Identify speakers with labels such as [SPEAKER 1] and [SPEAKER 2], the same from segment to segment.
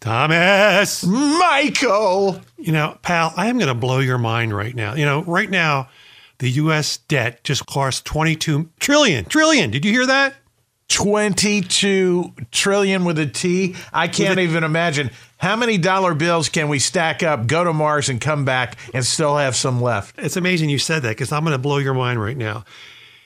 [SPEAKER 1] Thomas,
[SPEAKER 2] Michael.
[SPEAKER 1] you know, pal, I am going to blow your mind right now. You know, right now, the U.S. debt just costs 22 trillion. Trillion. Did you hear that?
[SPEAKER 2] 22 trillion with a T. I can't even imagine. How many dollar bills can we stack up, go to Mars, and come back and still have some left?
[SPEAKER 1] It's amazing you said that because I'm going to blow your mind right now.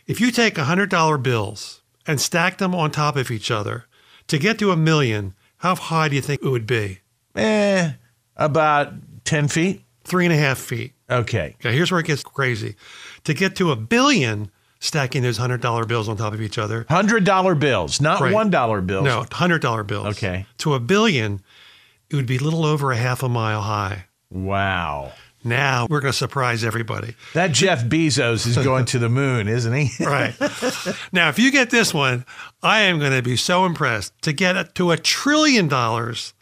[SPEAKER 1] If you take $100 bills and stack them on top of each other to get to a million, how high do you think it would be?
[SPEAKER 2] Eh, about 10 feet.
[SPEAKER 1] Three and a half feet.
[SPEAKER 2] Okay.
[SPEAKER 1] Okay, here's where it gets crazy. To get to a billion, stacking those $100 bills on top of each other,
[SPEAKER 2] $100 bills, not
[SPEAKER 1] Right.
[SPEAKER 2] $1 bills.
[SPEAKER 1] no, $100 bills.
[SPEAKER 2] Okay.
[SPEAKER 1] To a billion, it would be a little over a half a mile high.
[SPEAKER 2] Wow.
[SPEAKER 1] Now we're going to surprise everybody.
[SPEAKER 2] That Jeff Bezos is going to the moon, isn't he?
[SPEAKER 1] Right. now, if you get this one, I am going to be so impressed to get it to a trillion dollars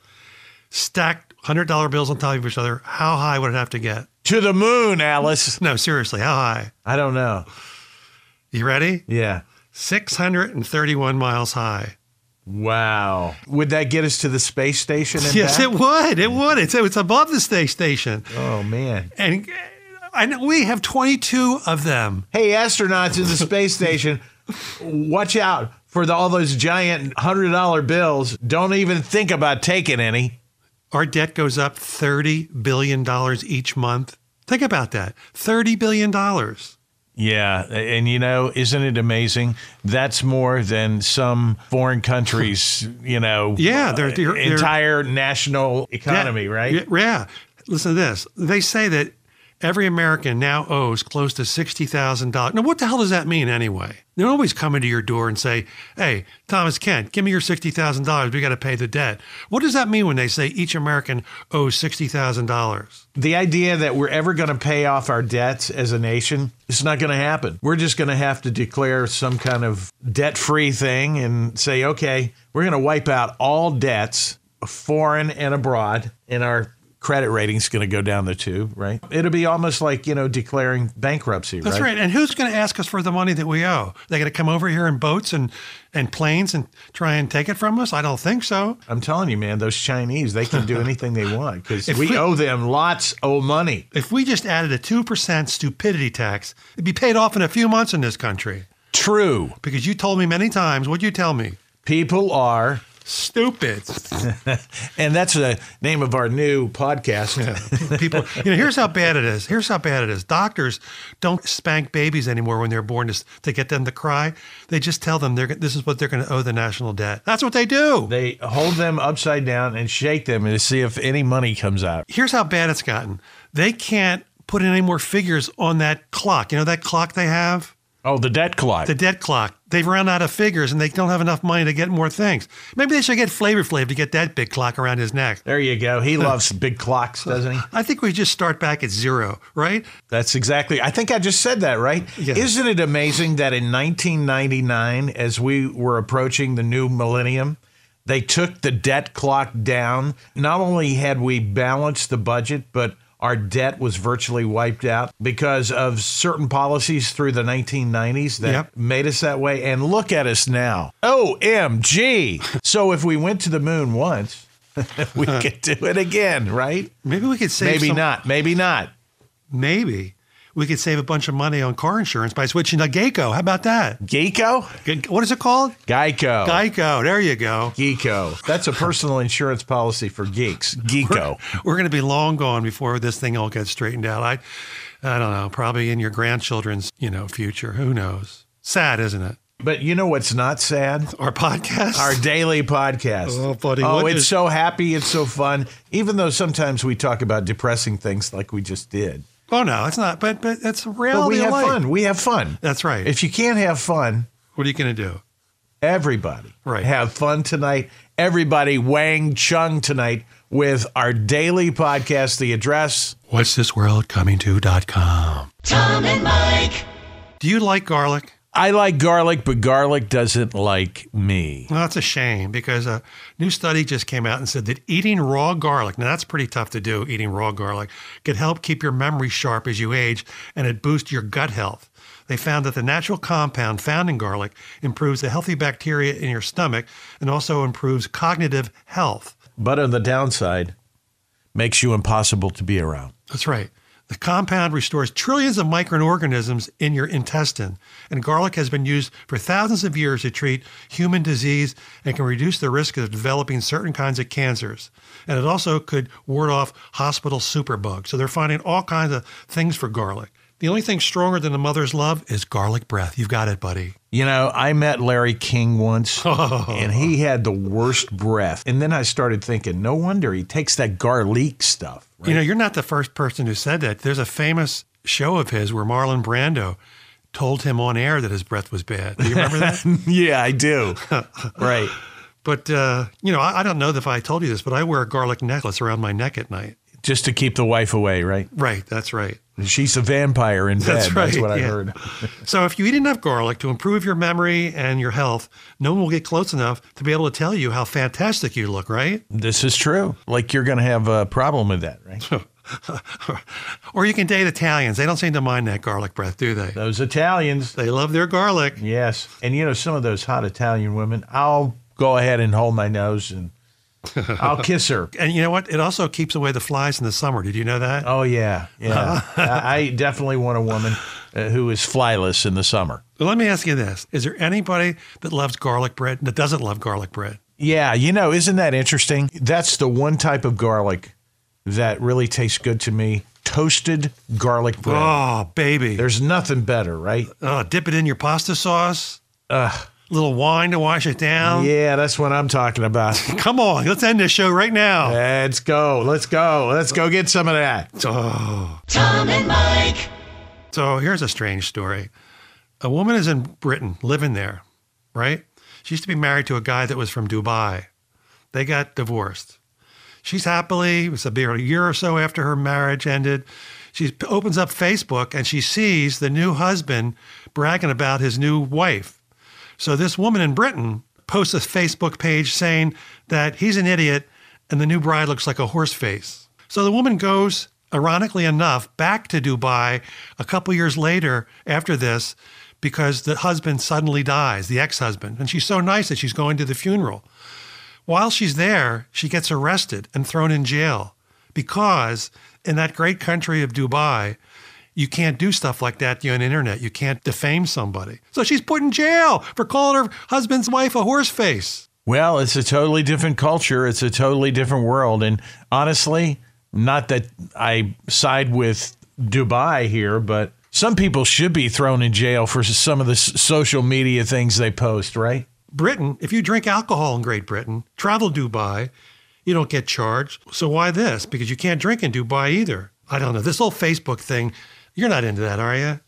[SPEAKER 1] stacked $100 bills on top of each other. How high would it have to get?
[SPEAKER 2] to the moon, Alice.
[SPEAKER 1] No, seriously, how high?
[SPEAKER 2] I don't know.
[SPEAKER 1] You ready?
[SPEAKER 2] Yeah.
[SPEAKER 1] 631 miles high.
[SPEAKER 2] Wow. Would that get us to the space station? And
[SPEAKER 1] Yes,
[SPEAKER 2] back?
[SPEAKER 1] it would. It would. It's, it's above the space station.
[SPEAKER 2] Oh, man.
[SPEAKER 1] And I know we have 22 of them.
[SPEAKER 2] Hey, astronauts in the space station, watch out for the, all those giant $100 bills. Don't even think about taking any.
[SPEAKER 1] Our debt goes up $30 billion each month. Think about that $30 billion.
[SPEAKER 2] Yeah. And you know, isn't it amazing? That's more than some foreign countries, you know,
[SPEAKER 1] Yeah, they're- they're- they're-
[SPEAKER 2] entire national economy,
[SPEAKER 1] Yeah.
[SPEAKER 2] right?
[SPEAKER 1] Yeah, Yeah. Listen to this. They say that every American now owes close to sixty thousand dollars. Now, what the hell does that mean anyway? They don't always come into your door and say, "Hey, Thomas Kent, give me your sixty thousand dollars. We got to pay the debt." What does that mean when they say each American owes sixty thousand dollars?
[SPEAKER 2] the idea that we're ever going to pay off our debts as a nation it's not going to happen we're just going to have to declare some kind of debt-free thing and say okay we're going to wipe out all debts foreign and abroad and our credit rating's going to go down the tube right it'll be almost like you know declaring bankruptcy
[SPEAKER 1] That's
[SPEAKER 2] right
[SPEAKER 1] right. And who's going to ask us for the money that we owe? They going to come over here in boats and and planes and try and take it from us? I don't think so.
[SPEAKER 2] i'm telling you man those chinese they can do anything they want because we
[SPEAKER 1] we-
[SPEAKER 2] owe them lots of money
[SPEAKER 1] If we just added a two percent stupidity tax, it'd be paid off in a few months in this country.
[SPEAKER 2] true
[SPEAKER 1] because you told me many times what'd you tell me
[SPEAKER 2] people are
[SPEAKER 1] stupid
[SPEAKER 2] and that's the name of our new podcast
[SPEAKER 1] people you know here's how bad it is here's how bad it is doctors don't spank babies anymore when they're born to, to get them to cry they just tell them they're this is what they're going to owe the national debt that's what they do
[SPEAKER 2] They hold them upside down and shake them to see if any money comes out.
[SPEAKER 1] here's how bad it's gotten they can't put in any more figures on that clock you know that clock they have
[SPEAKER 2] Oh, the debt clock.
[SPEAKER 1] the debt clock they've run out of figures and they don't have enough money to get more things maybe they should get flavor flav to get that big clock around his neck
[SPEAKER 2] there you go. He loves big clocks, doesn't he?
[SPEAKER 1] i think we just start back at zero right
[SPEAKER 2] That's exactly. I think I just said that, right?
[SPEAKER 1] Yeah.
[SPEAKER 2] Isn't it amazing that in 1999, as we were approaching the new millennium, they took the debt clock down. Not only had we balanced the budget, but our debt was virtually wiped out because of certain policies through the 1990s that
[SPEAKER 1] Yep.
[SPEAKER 2] made us that way. And look at us now. OMG. so if we went to the moon once, we could do it again, right?
[SPEAKER 1] Maybe we could save
[SPEAKER 2] Maybe
[SPEAKER 1] some-
[SPEAKER 2] not. Maybe not.
[SPEAKER 1] Maybe we could save a bunch of money on car insurance by switching to Geico. How about that?
[SPEAKER 2] Geico?
[SPEAKER 1] Ge- What is it called?
[SPEAKER 2] Geico.
[SPEAKER 1] Geico. There you go.
[SPEAKER 2] Geeko. That's a personal insurance policy for geeks. Geeko.
[SPEAKER 1] We're going to be long gone before this thing all gets straightened out. I, I don't know. Probably in your grandchildren's, you know, future. Who knows? Sad, isn't it?
[SPEAKER 2] But you know what's not sad?
[SPEAKER 1] Our podcast.
[SPEAKER 2] Our daily podcast.
[SPEAKER 1] Oh, buddy,
[SPEAKER 2] Oh,
[SPEAKER 1] what
[SPEAKER 2] it's
[SPEAKER 1] is-
[SPEAKER 2] so happy. It's so fun. Even though sometimes we talk about depressing things like we just did.
[SPEAKER 1] oh no, it's not. But but it's a reality.
[SPEAKER 2] But we
[SPEAKER 1] of
[SPEAKER 2] have
[SPEAKER 1] life.
[SPEAKER 2] fun. We have fun.
[SPEAKER 1] That's right.
[SPEAKER 2] If you can't have fun,
[SPEAKER 1] what are you going to do?
[SPEAKER 2] everybody
[SPEAKER 1] Right.
[SPEAKER 2] have fun tonight. Everybody Wang Chung tonight with our daily podcast. The address.
[SPEAKER 1] What's this world coming to dot com?
[SPEAKER 3] Tom and Mike.
[SPEAKER 1] Do you like garlic?
[SPEAKER 2] I like garlic, but garlic doesn't like me.
[SPEAKER 1] Well, that's a shame because a new study just came out and said that eating raw garlic, now that's pretty tough to do, eating raw garlic, could help keep your memory sharp as you age and it boosts your gut health. They found that the natural compound found in garlic improves the healthy bacteria in your stomach and also improves cognitive health.
[SPEAKER 2] but on the downside, makes you impossible to be around.
[SPEAKER 1] That's right. The compound restores trillions of microorganisms in your intestine, and garlic has been used for thousands of years to treat human disease and can reduce the risk of developing certain kinds of cancers. And it also could ward off hospital superbugs. So they're finding all kinds of things for garlic. The only thing stronger than a mother's love is garlic breath. You've got it, buddy.
[SPEAKER 2] You know, I met Larry King once,
[SPEAKER 1] Oh.
[SPEAKER 2] and he had the worst breath. And then I started thinking, no wonder he takes that garlic stuff.
[SPEAKER 1] You know, you're not the first person who said that. There's a famous show of his where Marlon Brando told him on air that his breath was bad. Do you remember that?
[SPEAKER 2] yeah, I do. right.
[SPEAKER 1] But, uh, you know, I, I don't know if I told you this, but I wear a garlic necklace around my neck at night.
[SPEAKER 2] Just to keep the wife away, right?
[SPEAKER 1] Right, that's right.
[SPEAKER 2] She's a vampire in bed.
[SPEAKER 1] That's
[SPEAKER 2] That's,
[SPEAKER 1] right,
[SPEAKER 2] what I
[SPEAKER 1] yeah.
[SPEAKER 2] heard.
[SPEAKER 1] So if you eat enough garlic to improve your memory and your health, no one will get close enough to be able to tell you how fantastic you look, right?
[SPEAKER 2] This is true. Like you're going to have a problem with that, right?
[SPEAKER 1] or you can date Italians. They don't seem to mind that garlic breath, do they?
[SPEAKER 2] Those Italians.
[SPEAKER 1] They love their garlic.
[SPEAKER 2] Yes. And you know, some of those hot Italian women, I'll go ahead and hold my nose and I'll kiss her.
[SPEAKER 1] And you know what? It also keeps away the flies in the summer. Did you know that?
[SPEAKER 2] Oh, yeah. Yeah. I, I definitely want a woman uh, who is flyless in the summer.
[SPEAKER 1] Well, let me ask you this. Is there anybody that loves garlic bread that doesn't love garlic bread?
[SPEAKER 2] Yeah, you know, isn't that interesting? That's the one type of garlic that really tastes good to me. Toasted garlic bread.
[SPEAKER 1] Oh, baby.
[SPEAKER 2] There's nothing better, right?
[SPEAKER 1] Oh, dip it in your pasta sauce. Little wine to wash it down.
[SPEAKER 2] Yeah, that's what I'm talking about.
[SPEAKER 1] Come on, let's end this show right now.
[SPEAKER 2] Let's go. Let's go. Let's go get some of that.
[SPEAKER 3] Tom and Mike.
[SPEAKER 1] So here's a strange story. A woman is in Britain, living there, right? She used to be married to a guy that was from Dubai. They got divorced. She's happily, it was about a year or so after her marriage ended. She opens up Facebook and she sees the new husband bragging about his new wife. So this woman in Britain posts a Facebook page saying that he's an idiot and the new bride looks like a horse face. So the woman goes, ironically enough, back to Dubai a couple years later after this because the husband suddenly dies, the ex husband. And she's so nice that she's going to the funeral. While she's there, she gets arrested and thrown in jail because in that great country of Dubai, you can't do stuff like that on the internet. You can't defame somebody. So she's put in jail for calling her husband's wife a horse face.
[SPEAKER 2] Well, it's a totally different culture. It's a totally different world. And honestly, not that I side with Dubai here, but some people should be thrown in jail for some of the s- social media things they post, right?
[SPEAKER 1] Britain, if you drink alcohol in Great Britain, travel Dubai, you don't get charged. So why this? Because you can't drink in Dubai either. I don't know. This whole Facebook thing, you're not into that, are you?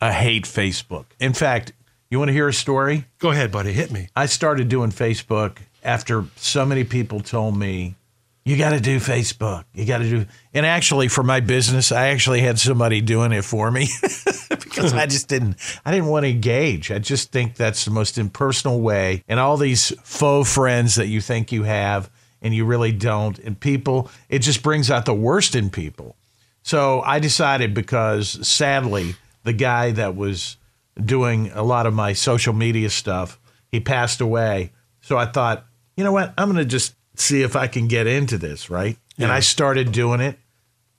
[SPEAKER 2] I hate Facebook. In fact, you want to hear a story?
[SPEAKER 1] Go ahead, buddy. Hit me.
[SPEAKER 2] I started doing Facebook after so many people told me, you got to do Facebook. You got to do. And actually, for my business, I actually had somebody doing it for me because I just didn't, I didn't want to engage. I just think that's the most impersonal way. And all these faux friends that you think you have and you really don't. And people, it just brings out the worst in people. So I decided because sadly, the guy that was doing a lot of my social media stuff, he passed away. So I thought, you know what? I'm going to just see if I can get into this, right? And I started doing it.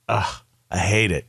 [SPEAKER 2] Ugh, I hate it.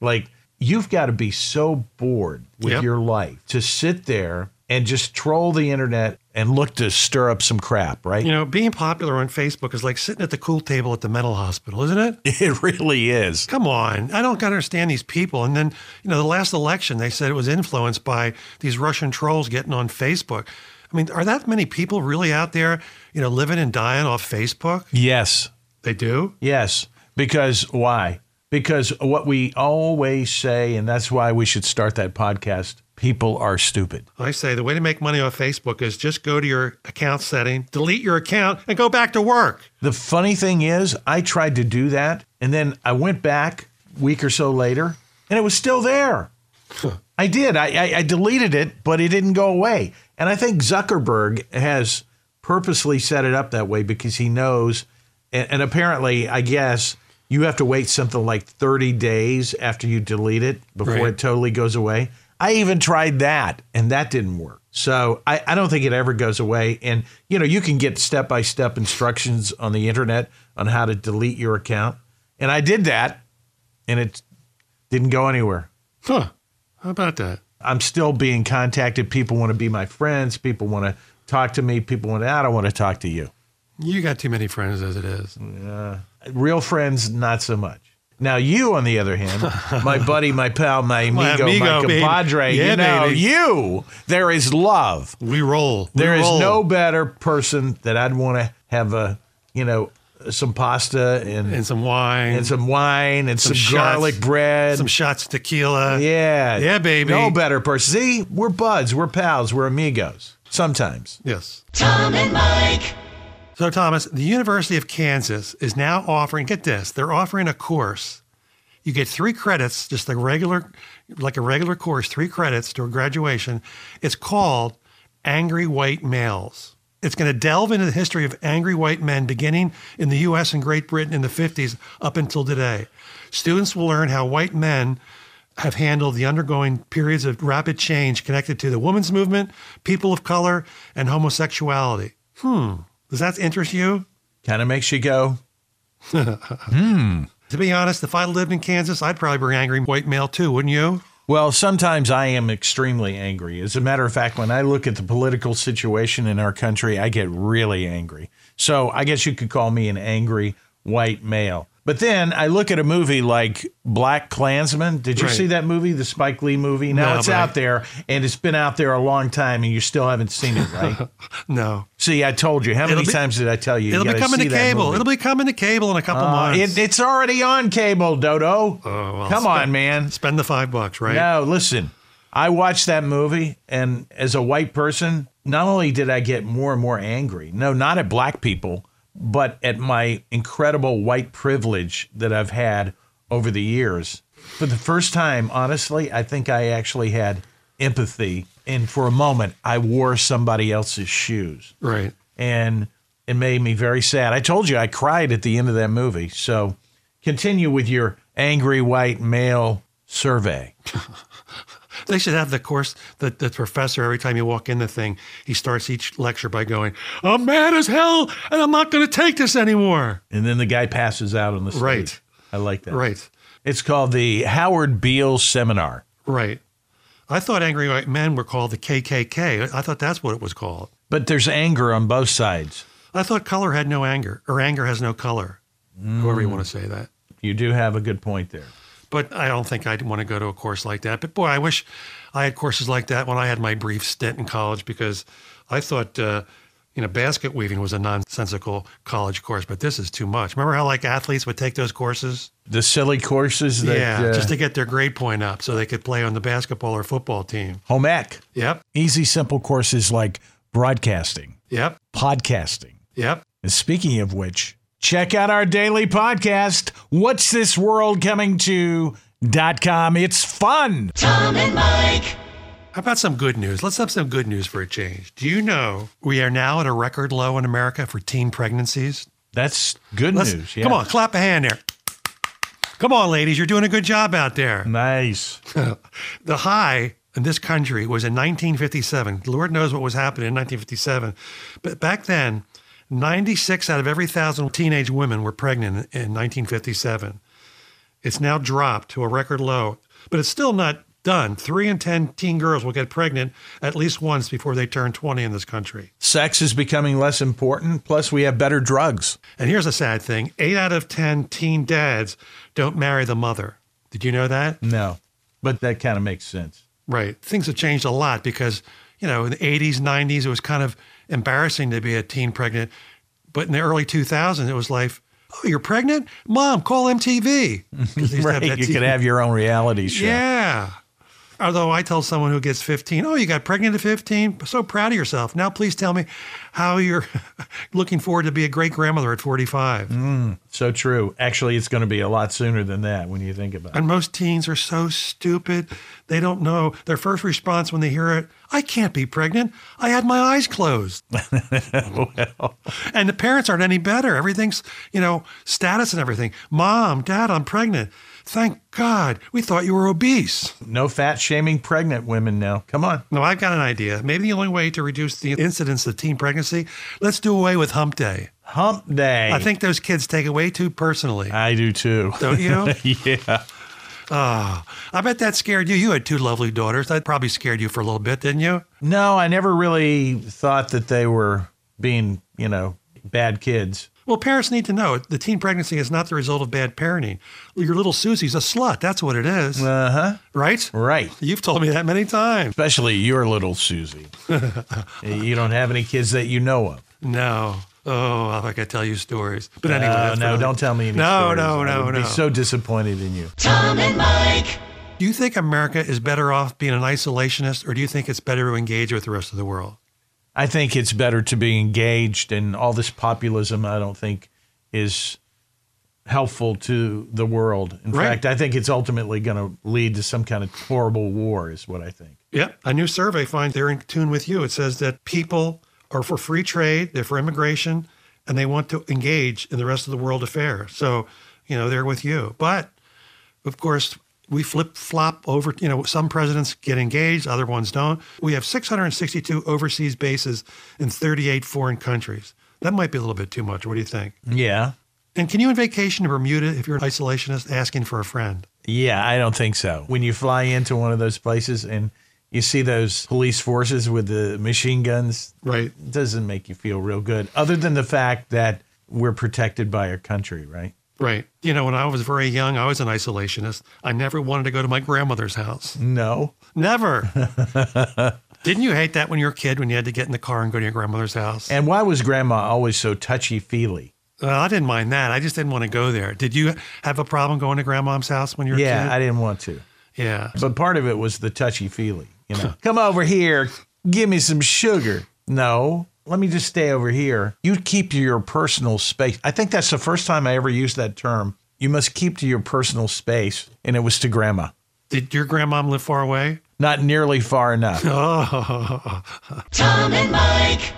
[SPEAKER 2] Like, you've got to be so bored with
[SPEAKER 1] Yep.
[SPEAKER 2] your life to sit there and just troll the internet and look to stir up some crap, right?
[SPEAKER 1] You know, being popular on Facebook is like sitting at the cool table at the mental hospital, isn't it?
[SPEAKER 2] It really is.
[SPEAKER 1] Come on. I don't understand these people. And then, you know, the last election, they said it was influenced by these Russian trolls getting on Facebook. I mean, are that many people really out there, you know, living and dying off Facebook?
[SPEAKER 2] Yes.
[SPEAKER 1] They do?
[SPEAKER 2] Yes, because why? Because what we always say, and that's why we should start that podcast people are stupid.
[SPEAKER 1] I say the way to make money off Facebook is just go to your account setting, delete your account, and go back to work.
[SPEAKER 2] The funny thing is, I tried to do that, and then I went back a week or so later, and it was still there. I did. I, I, I deleted it, but it didn't go away. And I think Zuckerberg has purposely set it up that way because he knows. And, and apparently, I guess you have to wait something like 30 days after you delete it before
[SPEAKER 1] Right.
[SPEAKER 2] it totally goes away. I even tried that and that didn't work. So I, I don't think it ever goes away. And, you know, you can get step by step instructions on the internet on how to delete your account. And I did that and it didn't go anywhere.
[SPEAKER 1] Huh. How about that?
[SPEAKER 2] I'm still being contacted. People want to be my friends. People want to talk to me. People want to, I don't want to talk to you.
[SPEAKER 1] You got too many friends as it is.
[SPEAKER 2] Real friends, not so much. Now you, on the other hand, my buddy, my pal, my amigo, my,
[SPEAKER 1] amigo, baby.
[SPEAKER 2] compadre,
[SPEAKER 1] Yeah,
[SPEAKER 2] you know,
[SPEAKER 1] baby.
[SPEAKER 2] you, there is love.
[SPEAKER 1] We roll. We
[SPEAKER 2] There is
[SPEAKER 1] roll.
[SPEAKER 2] no better person that I'd want to have a, you know, some pasta and
[SPEAKER 1] and
[SPEAKER 2] and,
[SPEAKER 1] some wine and some,
[SPEAKER 2] some wine and some,
[SPEAKER 1] shots.
[SPEAKER 2] garlic bread.
[SPEAKER 1] shots of tequila.
[SPEAKER 2] yeah,
[SPEAKER 1] Yeah, baby.
[SPEAKER 2] No better person. See, we're buds, we're pals, we're amigos. Sometimes.
[SPEAKER 1] Yes.
[SPEAKER 3] Tom and Mike.
[SPEAKER 1] So Thomas, the University of Kansas is now offering. Get this, they're offering a course. You get three credits, just a regular, like a regular course, three credits to graduation. It's called Angry White Males. It's going to delve into the history of angry white men beginning in the U.S. and Great Britain in the 50s up until today. Students will learn how white men have handled the undergoing periods of rapid change connected to the women's movement, people of color, and homosexuality. Hmm. Does that interest you?
[SPEAKER 2] Kind of makes you go,
[SPEAKER 1] To be honest, if I lived in Kansas, I'd probably bring angry white male too, wouldn't you?
[SPEAKER 2] Well, sometimes I am extremely angry. As a matter of fact, when I look at the political situation in our country, I get really angry. So I guess you could call me an angry white male. But then I look at a movie like Black Klansman. Did you
[SPEAKER 1] Right.
[SPEAKER 2] see that movie, the Spike Lee movie? Now
[SPEAKER 1] No,
[SPEAKER 2] it's
[SPEAKER 1] but I-
[SPEAKER 2] out there and it's been out there a long time and you still haven't seen it, right?
[SPEAKER 1] No.
[SPEAKER 2] see, I told you. How many
[SPEAKER 1] It'll be-
[SPEAKER 2] times did I tell you? you
[SPEAKER 1] It'll be
[SPEAKER 2] gotta
[SPEAKER 1] coming to
[SPEAKER 2] see that
[SPEAKER 1] cable.
[SPEAKER 2] movie?
[SPEAKER 1] It'll be coming to cable in a couple
[SPEAKER 2] Uh,
[SPEAKER 1] months.
[SPEAKER 2] it- it's already on cable, Dodo.
[SPEAKER 1] Oh, well,
[SPEAKER 2] Come
[SPEAKER 1] spe-
[SPEAKER 2] on, man.
[SPEAKER 1] Spend the five bucks, right?
[SPEAKER 2] No, listen. I watched that movie, and as a white person, not only did I get more and more angry, no, not at black people, but at my incredible white privilege that I've had over the years. For the first time, honestly, I think I actually had empathy. And for a moment, I wore somebody else's shoes
[SPEAKER 1] Right.
[SPEAKER 2] and it made me very sad. I told you I cried at the end of that movie. So continue with your angry white male survey.
[SPEAKER 1] They should have the course that the professor, every time you walk in the thing, he starts each lecture by going, I'm mad as hell and I'm not going to take this anymore.
[SPEAKER 2] And then the guy passes out on the stage.
[SPEAKER 1] Right.
[SPEAKER 2] I like that.
[SPEAKER 1] Right.
[SPEAKER 2] It's called the Howard Beale Seminar.
[SPEAKER 1] Right. I thought angry white men were called the KKK. I thought that's what it was called.
[SPEAKER 2] But there's anger on both sides.
[SPEAKER 1] I thought color had no anger or anger has no color, however you
[SPEAKER 2] Mm.
[SPEAKER 1] want to say that.
[SPEAKER 2] You do have a good point there.
[SPEAKER 1] But I don't think I'd want to go to a course like that. But boy, I wish I had courses like that when I had my brief stint in college because I thought, uh, you know, basket weaving was a nonsensical college course, but this is too much. Remember how like athletes would take those courses?
[SPEAKER 2] The silly courses that
[SPEAKER 1] yeah,
[SPEAKER 2] uh,
[SPEAKER 1] just to get their grade point up so they could play on the basketball or football team.
[SPEAKER 2] home ec.
[SPEAKER 1] Yep,
[SPEAKER 2] Easy, simple courses like broadcasting,
[SPEAKER 1] yep,
[SPEAKER 2] podcasting,
[SPEAKER 1] yep.
[SPEAKER 2] And speaking of which, check out our daily podcast, What's This World Coming To.com. It's fun.
[SPEAKER 3] Tom and Mike.
[SPEAKER 1] How about some good news? Let's have some good news for a change. Do you know we are now at a record low in America for teen pregnancies?
[SPEAKER 2] That's good
[SPEAKER 1] Let's-
[SPEAKER 2] news. yeah.
[SPEAKER 1] Come on, clap a hand there. Come on, ladies, you're doing a good job out there.
[SPEAKER 2] Mm. Nice.
[SPEAKER 1] the high in this country was in 1957. Lord knows what was happening in 1957. But back then, 96 out of every thousand teenage women were pregnant in 1957. It's now dropped to a record low, but it's still not done. Three in 10 teen girls will get pregnant at least once before they turn 20 in this country.
[SPEAKER 2] Sex is becoming less important. Plus, we have better drugs.
[SPEAKER 1] And here's a sad thing eight out of 10 teen dads don't marry the mother. Did you know that?
[SPEAKER 2] No, but that kind of makes sense.
[SPEAKER 1] Right. Things have changed a lot because, you know, in the 80s, 90s, it was kind of embarrassing to be a teen pregnant. But in the early 2000s, it was like, oh, you're pregnant? Mom, call MTV. 'Cause they used to
[SPEAKER 2] Right.
[SPEAKER 1] that
[SPEAKER 2] You
[SPEAKER 1] TV
[SPEAKER 2] could have your own reality show.
[SPEAKER 1] Yeah. Although I tell someone who gets 15, oh, you got pregnant at 15? So proud of yourself. Now please tell me how you're looking forward to be a great grandmother at 45.
[SPEAKER 2] So true. Actually, it's going to be a lot sooner than that when you think about it.
[SPEAKER 1] And most teens are so stupid. They don't know. Their first response when they hear it, I can't be pregnant. I had my eyes closed. And the parents aren't any better. Everything's, you know, status and everything. Mom, dad, I'm pregnant. Thank God. We thought you were obese.
[SPEAKER 2] No fat shaming pregnant women now. Come on.
[SPEAKER 1] No, I've got an idea. Maybe the only way to reduce the incidence of teen pregnancy, let's do away with hump day.
[SPEAKER 2] Hump day.
[SPEAKER 1] I think those kids take it way too personally.
[SPEAKER 2] I do too.
[SPEAKER 1] Don't you? Ah,
[SPEAKER 2] yeah.
[SPEAKER 1] I bet that scared you. You had two lovely daughters. That probably scared you for a little bit, didn't you?
[SPEAKER 2] No, I never really thought that they were being, you know, bad kids.
[SPEAKER 1] Well, parents need to know the teen pregnancy is not the result of bad parenting. Your little Susie's a slut. That's what it is.
[SPEAKER 2] Uh huh.
[SPEAKER 1] right?
[SPEAKER 2] Right.
[SPEAKER 1] You've told me that many times.
[SPEAKER 2] Especially your little Susie. you don't have any kids that you know of.
[SPEAKER 1] No. Oh, I could tell you stories. But anyway.
[SPEAKER 2] Uh,
[SPEAKER 1] that's
[SPEAKER 2] no,
[SPEAKER 1] another-
[SPEAKER 2] don't tell me any
[SPEAKER 1] No,
[SPEAKER 2] stories.
[SPEAKER 1] no,
[SPEAKER 2] I
[SPEAKER 1] no,
[SPEAKER 2] would
[SPEAKER 1] no.
[SPEAKER 2] Be so disappointed in you.
[SPEAKER 3] Tom and Mike.
[SPEAKER 1] do you think America is better off being an isolationist or do you think it's better to engage with the rest of the world?
[SPEAKER 2] I think it's better to be engaged, and all this populism, I don't think, is helpful to the world. In
[SPEAKER 1] Right.
[SPEAKER 2] fact, I think it's ultimately going to lead to some kind of horrible war, is what I think.
[SPEAKER 1] Yep. A new survey finds they're in tune with you. It says that people are for free trade, they're for immigration, and they want to engage in the rest of the world affairs. So, you know, they're with you. But of course, we flip flop over, you know, some presidents get engaged, other ones don't. We have 662 overseas bases in 38 foreign countries. That might be a little bit too much. What do you think?
[SPEAKER 2] Yeah.
[SPEAKER 1] And can you in vacation to Bermuda if you're an isolationist asking for a friend?
[SPEAKER 2] Yeah, I don't think so. When you fly into one of those places and you see those police forces with the machine guns,
[SPEAKER 1] Right.
[SPEAKER 2] it doesn't make you feel real good, other than the fact that we're protected by our country, right?
[SPEAKER 1] Right. You know, when I was very young, I was an isolationist. I never wanted to go to my grandmother's house.
[SPEAKER 2] No.
[SPEAKER 1] Never. Didn't you hate that when you were a kid when you had to get in the car and go to your grandmother's house?
[SPEAKER 2] And why was grandma always so touchy feely?
[SPEAKER 1] Well, I didn't mind that. I just didn't want to go there. Did you have a problem going to grandmom's house when you were
[SPEAKER 2] Yeah, I
[SPEAKER 1] a kid?
[SPEAKER 2] didn't want to.
[SPEAKER 1] yeah.
[SPEAKER 2] But part of it was the touchy feely. You know, come over here, give me some sugar. No, let me just stay over here. You keep to your personal space. I think that's the first time I ever used that term. You must keep to your personal space. And it was to grandma,
[SPEAKER 1] Did your grandmom live far away?
[SPEAKER 2] not nearly far enough.
[SPEAKER 1] Oh,
[SPEAKER 3] Tom and Mike.